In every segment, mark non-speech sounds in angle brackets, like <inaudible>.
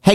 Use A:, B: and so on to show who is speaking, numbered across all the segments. A: Hey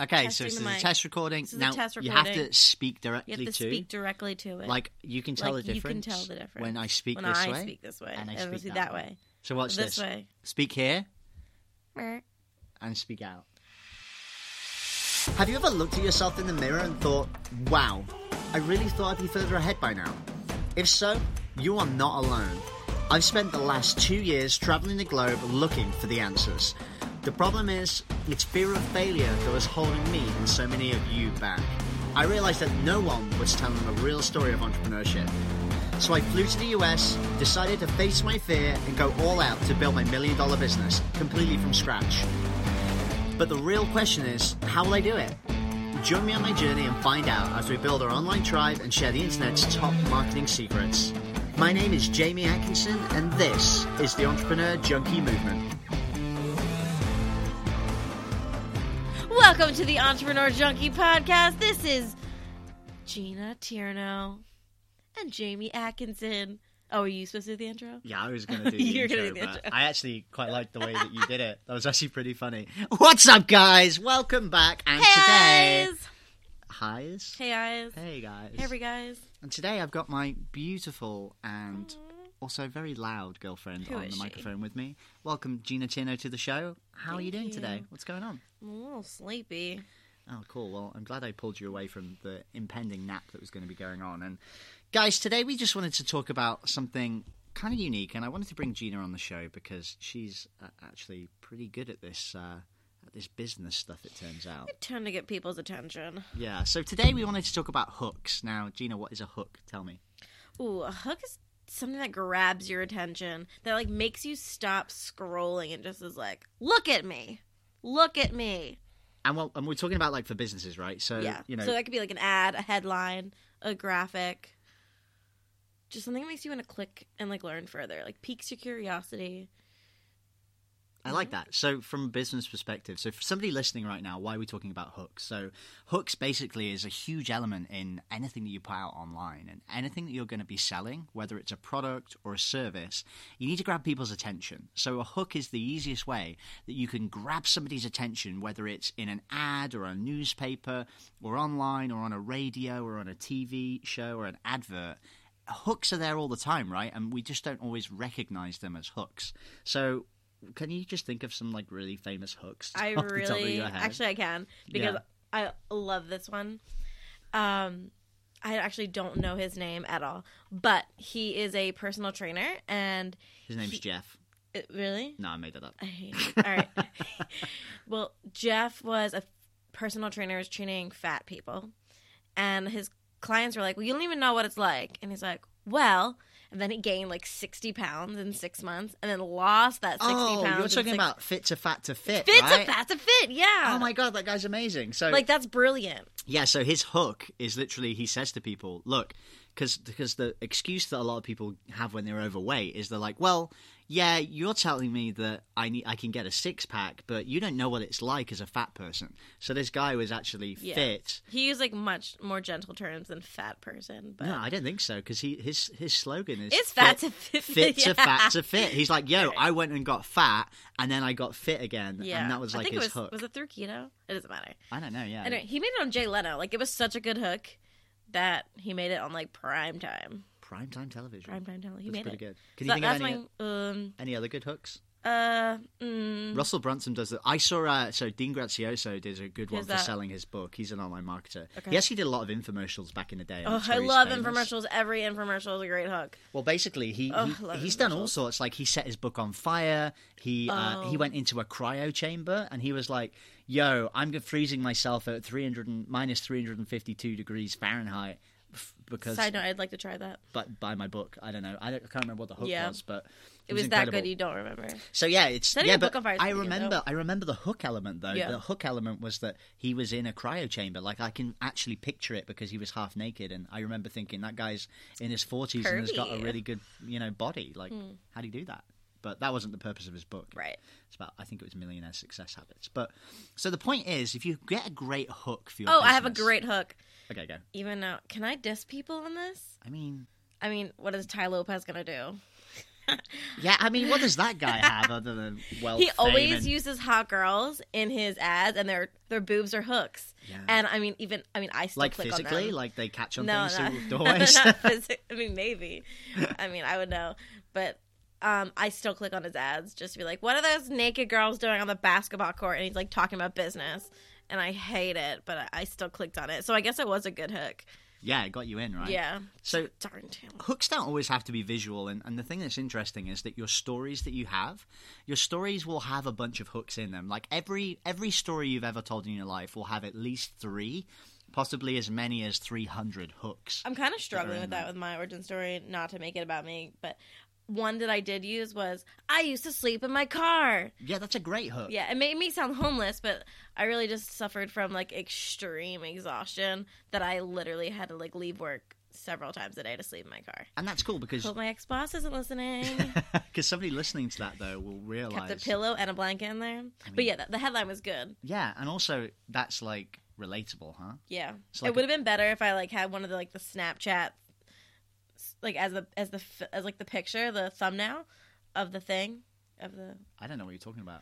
A: Okay,
B: Testing
A: so
B: the
A: this is
B: mic.
A: a test recording.
B: This is a
A: now
B: test
A: you have to
B: recording.
A: speak
B: You
A: directly
B: have to
A: to,
B: speak directly to it.
A: like you can tell
B: Like,
A: the
B: you can
A: difference.
B: tell the difference
A: when I speak
B: when
A: this
B: I
A: way.
B: speak this way,
A: and I
B: and
A: speak
B: speak
A: that
B: that way.
A: So watch
B: This
A: this.
B: way.
A: Speak here
B: Meh.
A: and speak out. Have you ever looked at yourself in the mirror and thought, "Wow, I really thought I'd be further ahead by now." If so, you are not alone. I've spent the last two years traveling the globe looking for the answers. The problem is, it's fear of failure that was holding me and so many of you back. I realized that no one was telling the real story of entrepreneurship. So I flew to the US, decided to face my fear, and go all out to build my million dollar business completely from scratch. But the real question is how will I do it? Join me on my journey and find out as we build our online tribe and share the internet's top marketing secrets. My name is Jamie Atkinson, and this is the Entrepreneur Junkie Movement.
B: Welcome to the Entrepreneur Junkie Podcast. This is Gina Tierno and Jamie Atkinson. Oh, are you supposed to do the intro?
A: Yeah, I was going <laughs> to do
B: You
A: the
B: were
A: intro,
B: gonna do the
A: but
B: intro.
A: I actually quite liked the way that you did it. That was actually pretty funny. What's up, guys? Welcome back. And
B: Hey
A: today,
B: guys!
A: highs.
B: Hey guys!
A: Hey guys.
B: Hey every guys!
A: and today I've got my beautiful and also very loud girlfriend
B: Who
A: on the
B: is she?
A: microphone with me. Welcome Gina Tino to the show. How are you doing
B: Thank
A: today?
B: you.
A: What's going on?
B: I'm a little sleepy.
A: Oh, cool. Well, I'm glad I pulled you away from the impending nap that was going to be going on. And guys, today we just wanted to talk about something kind of unique, and I wanted to bring Gina on the show because she's uh, actually pretty good at this uh, at this business stuff. It turns out.
B: Trying to get people's attention.
A: Yeah. So today we wanted to talk about hooks. Now, Gina, what is a hook? Tell me.
B: Ooh, a hook is something that grabs your attention that like makes you stop scrolling and just is like, look at me, look at me.
A: And, well, and we're talking about like for businesses, right? So
B: yeah,
A: you know,
B: so that could be like an ad, a headline, a graphic, just something that makes you want to click and like learn further, like piques your curiosity.
A: I like that. So, from a business perspective, so for somebody listening right now, why are we talking about hooks? So, hooks basically is a huge element in anything that you put out online and anything that you're going to be selling, whether it's a product or a service, you need to grab people's attention. So, a hook is the easiest way that you can grab somebody's attention, whether it's in an ad or a newspaper or online or on a radio or on a TV show or an advert hooks are there all the time, right? And we just don't always recognize them as hooks. So, can you just think of some like really famous hooks?
B: I
A: off the top of
B: really,
A: your head?
B: actually, I can because I love this one. Um, I actually don't know his name at all, but he is a personal trainer and
A: his name's
B: he-
A: Jeff.
B: it, really.
A: No, I made that up.
B: I hate it. All right. <laughs> well, Jeff was a personal trainer, who was training fat people, and his clients were like, "Well, you don't even know what it's like," and he's like, "Well." And then he gained like sixty pounds in six months, and then lost that sixty
A: Oh,
B: pounds.
A: you're
B: in
A: talking
B: six-
A: about fit to fat to fit,
B: fits
A: right?
B: a fat to fit, yeah.
A: Oh my god, that guy's amazing. So
B: Like that's brilliant.
A: Yeah, so his hook is literally he says to people, look, because the excuse that a lot of people have when they're overweight is they're like, well, yeah, you're telling me that I need I can get a six pack, but you don't know what it's like as a fat person. So this guy was actually
B: Yeah.
A: fit.
B: He used like much more gentle terms than fat person, but
A: No, I don't think so because he his his slogan is
B: it's fat to fit.
A: fit
B: <laughs>
A: to
B: yeah.
A: fat to fit. He's like,
B: <laughs>
A: yo, I went and got fat, and then I got fit again,
B: Yeah,
A: and that was
B: I
A: like
B: think
A: his
B: it was,
A: hook.
B: Was it through keto? It doesn't matter.
A: I don't know. Yeah,
B: Anyway, he made it on Jay Leno. Like it was such a good hook that he made it on like prime time.
A: prime time television.
B: Prime time. He
A: That's
B: made
A: pretty
B: it.
A: good. Can
B: So
A: you think of
B: that's
A: any
B: my um
A: any other good hooks?
B: uh mm,
A: Russell Brunson does that. I saw uh, so Dean Grazioso did a good one
B: Who's
A: for
B: that?
A: selling his book. He's an online marketer.
B: Okay.
A: He actually did a lot of infomercials back in the day. and
B: Oh,
A: that's
B: I
A: where he's
B: love
A: famous.
B: infomercials. Every infomercial is a great hook.
A: Well, basically, he,
B: Oh,
A: he-
B: I love
A: he's done all
B: infomercials.
A: sorts. Like he set his book on fire. He uh,
B: Oh.
A: he went into a cryo chamber and he was like, "Yo, I'm g- freezing myself at 300 and, minus 352 degrees Fahrenheit." f- because
B: Side note, I'd like to try that.
A: but by my book, I don't know. I, don't, I can't remember what the hook
B: Yeah.
A: was, but
B: It was, that
A: incredible.
B: good you don't remember.
A: So yeah, it's
B: Setting
A: yeah,
B: a
A: but
B: book on fire is
A: I
B: pretty good,
A: remember I remember the hook element though.
B: Yeah.
A: The hook element was that he was in a cryo chamber. Like I can actually picture it because he was half naked, and I remember thinking that guy's in his forties and has got a
B: Curvy. Hmm.
A: really good you know body. Like how do you do that? But that wasn't the purpose of his book.
B: Right.
A: It's about I think it was millionaire success habits. But so the point is, if you get a great hook for your
B: Oh, I have a
A: business-
B: great hook.
A: okay go.
B: Even now, can I diss people on this?
A: I mean,
B: I mean, what is Ty Lopez gonna do?
A: yeah, I mean, what does that guy have other
B: <laughs>
A: than wealth?
B: he
A: fame,
B: always
A: and-
B: uses hot girls in his ads, and their their boobs are hooks.
A: Yeah.
B: And I mean, even I mean, I still
A: like
B: click on
A: physically,
B: them.
A: like they catch on
B: no,
A: things
B: not, <laughs>
A: through
B: not
A: doorways.
B: physi- I mean, maybe. I mean, I would know, but um, I still click on his ads just to be like, "What are those naked girls doing on the basketball court?" And he's like talking about business, and I hate it, but I, I still clicked on it. So I guess it was a good hook.
A: <laughs> yeah, it got you in right.
B: Yeah,
A: So
B: darn too.
A: hooks don't always have to be visual, and, and the thing that's interesting is that your stories that you have, your stories will have a bunch of hooks in them. Like every every story you've ever told in your life will have at least three, possibly as many as three hundred hooks.
B: I'm kind of struggling
A: in
B: with
A: that.
B: that with my origin story, not to make it about me, but one that I did use was I used to sleep in my car.
A: Yeah, that's a great hook.
B: Yeah, it made me sound homeless, but I really just suffered from like extreme exhaustion that I literally had to like leave work several times a day to sleep in my car.
A: And that's cool because <laughs>
B: Hope my ex boss isn't listening.
A: because somebody listening to that though will
B: Kept a
A: realize.
B: pillow and a blanket in there. but yeah, the, the headline was good.
A: Yeah, and also that's like relatable, huh?
B: Yeah,
A: It's like
B: it would have been better if I like had one of the like the Snapchat, like as the as the f- as like the picture, the thumbnail of the thing of the
A: I don't know what you're talking about.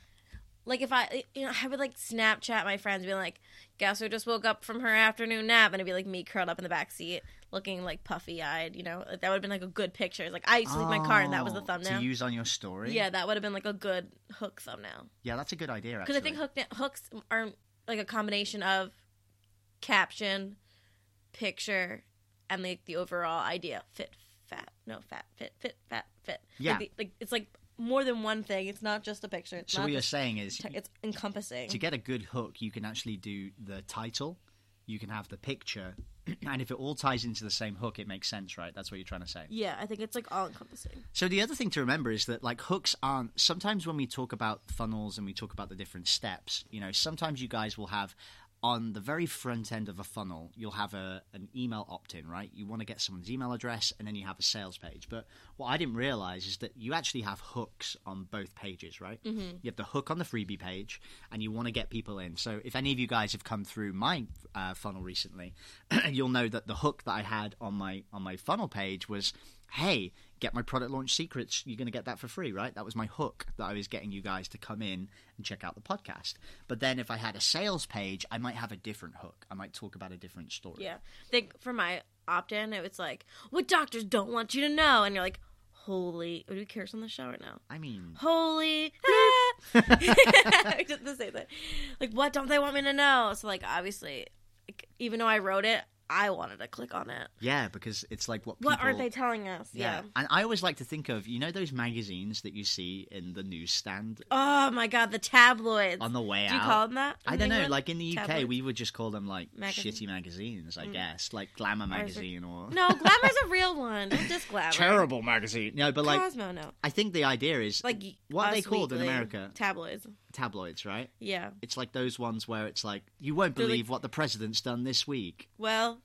B: like if I you know I would like Snapchat my friends being like, guess who just woke up from her afternoon nap, and it'd be like me curled up in the back seat looking like puffy eyed, you know, like, that would have been like a good picture. It's like I used to leave my car and that was the
A: Oh,
B: thumbnail.
A: to use on your story.
B: yeah, that would have been like a good hook thumbnail
A: yeah, that's a good idea.
B: because I think hook, hooks are like a combination of caption, picture, and like the overall idea. Fit, fat, no fat, fit, fit, fat, fit.
A: Yeah.
B: like, the, like it's like more than one thing. It's not just a picture. It's
A: so.
B: not
A: What you're
B: just
A: saying is
B: te- it's encompassing.
A: to get a good hook, you can actually do the title, you can have the picture, <clears throat> and if it all ties into the same hook, it makes sense, right? That's what you're trying to say.
B: Yeah, I think it's like all encompassing.
A: So the other thing to remember is that like hooks aren't sometimes when we talk about funnels and we talk about the different steps, you know, sometimes you guys will have on the very front end of a funnel, you'll have a an email opt-in, right? You want to get someone's email address and then you have a sales page. But what I didn't realize is that you actually have hooks on both pages, right? Mm-hmm. You have the hook on the freebie page and you want to get people in. So if any of you guys have come through my uh, funnel recently, <clears throat> you'll know that the hook that I had on my on my funnel page was hey, get my product launch secrets. You're going to get that for free, right? That was my hook that I was getting you guys to come in and check out the podcast. But then if I had a sales page, I might have a different hook. I might talk about a different story.
B: Yeah. I think for my opt in, it was like, what doctors don't want you to know. And you're like, holy, oh, do we curse on the show right now?
A: I mean,
B: Holy. <laughs> ah. Just to say that. Like, what don't they want me to know? So, like, obviously, like, even though I wrote it, I wanted to click on it.
A: yeah, because it's like what people,
B: What aren't they telling us? Yeah.
A: And I always like to think of, you know, those magazines that you see in the newsstand
B: Oh my God, the tabloids.
A: on the way
B: Do you
A: out.
B: call them that?
A: I
B: in
A: don't know.
B: England?
A: Like in the UK,
B: Tabloids?
A: we would just call them like
B: Magazine.
A: shitty magazines, I guess, like Glamour
B: Mm. it-
A: magazine or <laughs>
B: No, Glamour's a real one. Don't diss Glamour.
A: terrible magazine. No, but like
B: Cosmo, no.
A: I think the idea is
B: Like,
A: What are they
B: Us
A: called in
B: Weekly,
A: America?
B: Tabloids.
A: tabloids, right?
B: Yeah.
A: It's like those ones where it's like you won't
B: They're like-
A: believe what the president's done this week,
B: Well,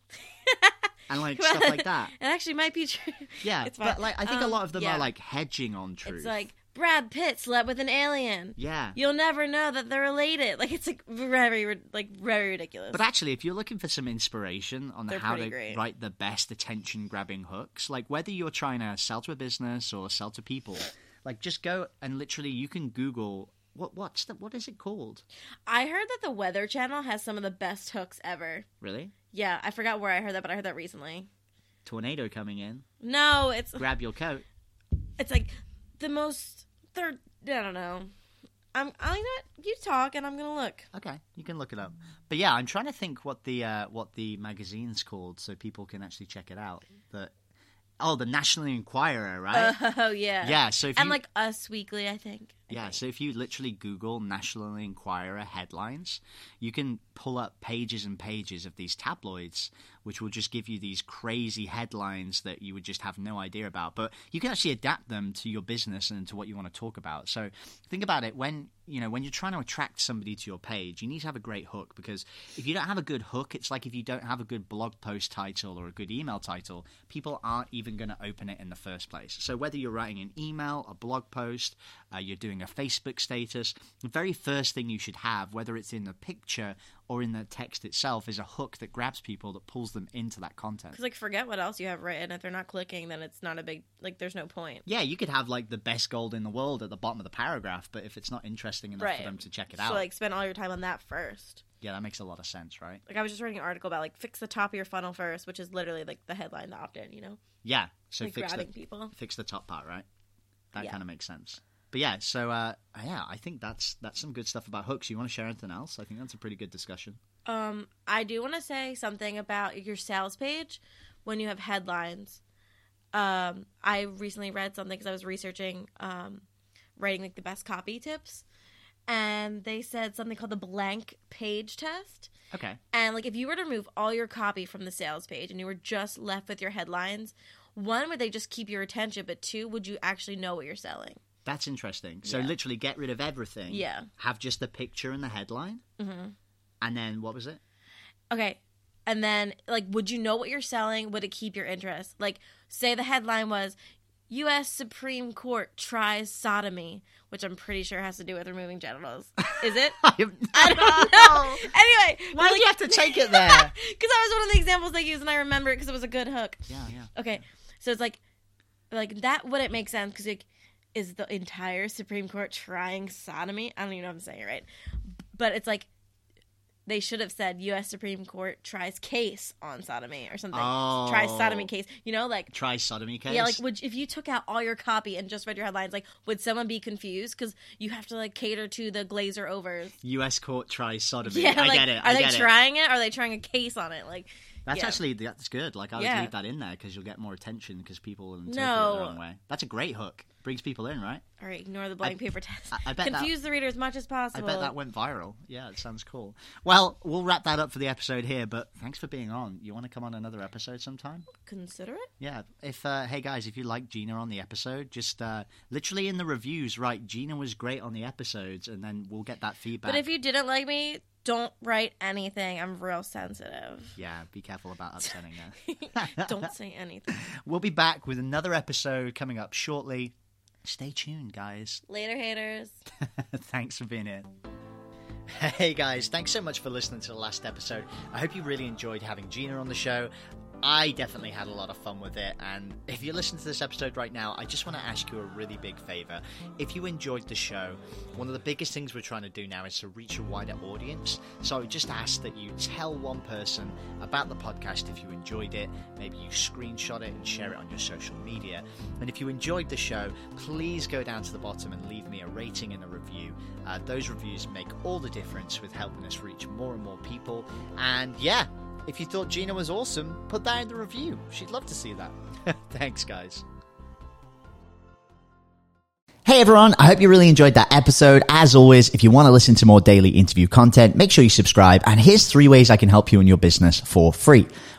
A: and like
B: <laughs> Well,
A: stuff like that.
B: It actually might be <laughs> true.
A: Yeah,
B: It's
A: but
B: fine.
A: like I think a
B: Um,
A: lot of them
B: yeah.
A: are like hedging on truth.
B: It's like Brad Pitt slept with an alien.
A: yeah.
B: You'll never know that they're related. <laughs> Like it's like very ri- like very ridiculous.
A: But actually, if you're looking for some inspiration on
B: They're
A: how
B: pretty
A: to
B: great.
A: write the best attention grabbing hooks, like whether you're trying to sell to a business or sell to
B: <laughs>
A: people, like just go and literally you can Google what what's the what is it called?
B: I heard that the Weather Channel has some of the best hooks ever.
A: Really,
B: Yeah, I forgot where I heard that, but I heard that recently.
A: tornado coming in,
B: No, it's
A: grab your coat.
B: it's like the most third. I don't know. I'm. I you know what? You talk, and I'm gonna look. <laughs>
A: Okay, you can look it up. But yeah, I'm trying to think what the uh, what the magazine's called so people can actually check it out. The oh, the National Enquirer, right?
B: Oh yeah.
A: yeah. So if
B: And
A: you,
B: like Us Weekly, I think.
A: Yeah, so if you literally Google National Enquirer headlines, you can pull up pages and pages of these tabloids, which will just give you these crazy headlines that you would just have no idea about. But you can actually adapt them to your business and to what you want to talk about. So think about it when you know when you're trying to attract somebody to your page, you need to have a great hook because if you don't have a good hook, it's like if you don't have a good blog post title or a good email title, people aren't even going to open it in the first place. So whether you're writing an email, a blog post, uh, you're doing a Facebook status, the very first thing you should have, whether it's in the picture or in the text itself, is a hook that grabs people that pulls them into that content.
B: Because like forget what else you have written. If they're not clicking, then it's not a big like. There's no point.
A: Yeah, you could have like the best gold in the world at the bottom of the paragraph, but if it's not interesting enough for
B: Right.
A: them to check it
B: So
A: out,
B: like spend all your time on that first.
A: yeah, that makes a lot of sense, right?
B: Like I was just reading an article about like fix the top of your funnel first, which is literally like the headline, the opt in. You know,
A: Yeah, so
B: like
A: fix the,
B: grabbing people.
A: fix the top part, right? That
B: Yeah.
A: kind of makes sense. But yeah, so uh, yeah, I think that's that's some good stuff about hooks. You want to share anything else? I think that's a pretty good discussion.
B: Um, I do want to say something about your sales page when you have headlines. Um, I recently read something because I was researching um, writing like the best copy tips, and they said something called the blank page test.
A: Okay.
B: And like if you were to remove all your copy from the sales page and you were just left with your headlines, one would they just keep your attention, but two, would you actually know what you're selling?
A: That's interesting. So
B: Yeah.
A: literally get rid of everything.
B: Yeah.
A: Have just the picture and the headline. Mm-hmm. And then what was it?
B: Okay. And then like would you know what you're selling? Would it keep your interest? Like say the headline was US Supreme Court tries sodomy, which I'm pretty sure has to do with removing genitals. Is it?
A: <laughs> I have
B: <laughs> I <laughs> don't know. anyway,
A: Why do you have to take
B: <laughs>
A: it there?
B: Because that was one of the examples they used, and I remember it because it was a good hook.
A: yeah, yeah.
B: Okay, so it's like, like that wouldn't make sense because like, is the entire Supreme Court trying sodomy? I don't even know if I'm saying it right, but it's like they should have said U.S. Supreme Court tries case on sodomy or something.
A: Oh.
B: Tries sodomy case. You know, like
A: Try sodomy case.
B: yeah, like would if you took out all your copy and just read your headlines, like would someone be confused? Because you have to like cater to the glazer <laughs> overs.
A: U.S. court tries sodomy.
B: Yeah,
A: I
B: like,
A: get it.
B: Are
A: I
B: they
A: get it.
B: trying it? Are they trying a case on it? Like
A: That's
B: Yeah.
A: actually that's good. Like I would
B: Yeah.
A: leave that in there because you'll get more attention because people will interpret it
B: No.
A: the wrong way. That's a great hook. Brings people in, right?
B: All right, ignore the blank paper test.
A: I- I bet that-
B: Confuse the reader as much as
A: I
B: possible.
A: bet that went viral. Yeah, it sounds cool. Well, we'll wrap that up for the episode here. But thanks for being on. You want to come on another episode sometime?
B: Consider it.
A: Yeah. If uh, hey guys, if you like Gina on the episode, just uh, literally in the reviews, write Gina was great on the episodes, and then we'll get that feedback.
B: But if you didn't like me, don't write anything. I'm
A: <laughs>
B: real sensitive.
A: yeah, be careful about upsetting her.
B: don't say anything.
A: we'll be back with another episode coming up shortly. Stay tuned, guys.
B: Later, haters.
A: <laughs> thanks for being here. Hey guys, thanks so much for listening to the last episode. I hope you really enjoyed having Gina on the show. I definitely had a lot of fun with it, and if you're listening to this episode right now, I just want to ask you a really big favor. If you enjoyed the show, one of the biggest things we're trying to do now is to reach a wider audience. So I would just ask that you tell one person about the podcast if you enjoyed it. Maybe you screenshot it and share it on your social media. And if you enjoyed the show, please go down to the bottom and leave me a rating and a review. Uh, those reviews make all the difference with helping us reach more and more people. And yeah, if you thought Gina was awesome, put that in the review. She'd love to see that. <laughs> Thanks, guys. Hey everyone, I hope you really enjoyed that episode. As always, if you want to listen to more daily interview content, make sure you subscribe. And here's three ways I can help you in your business for free.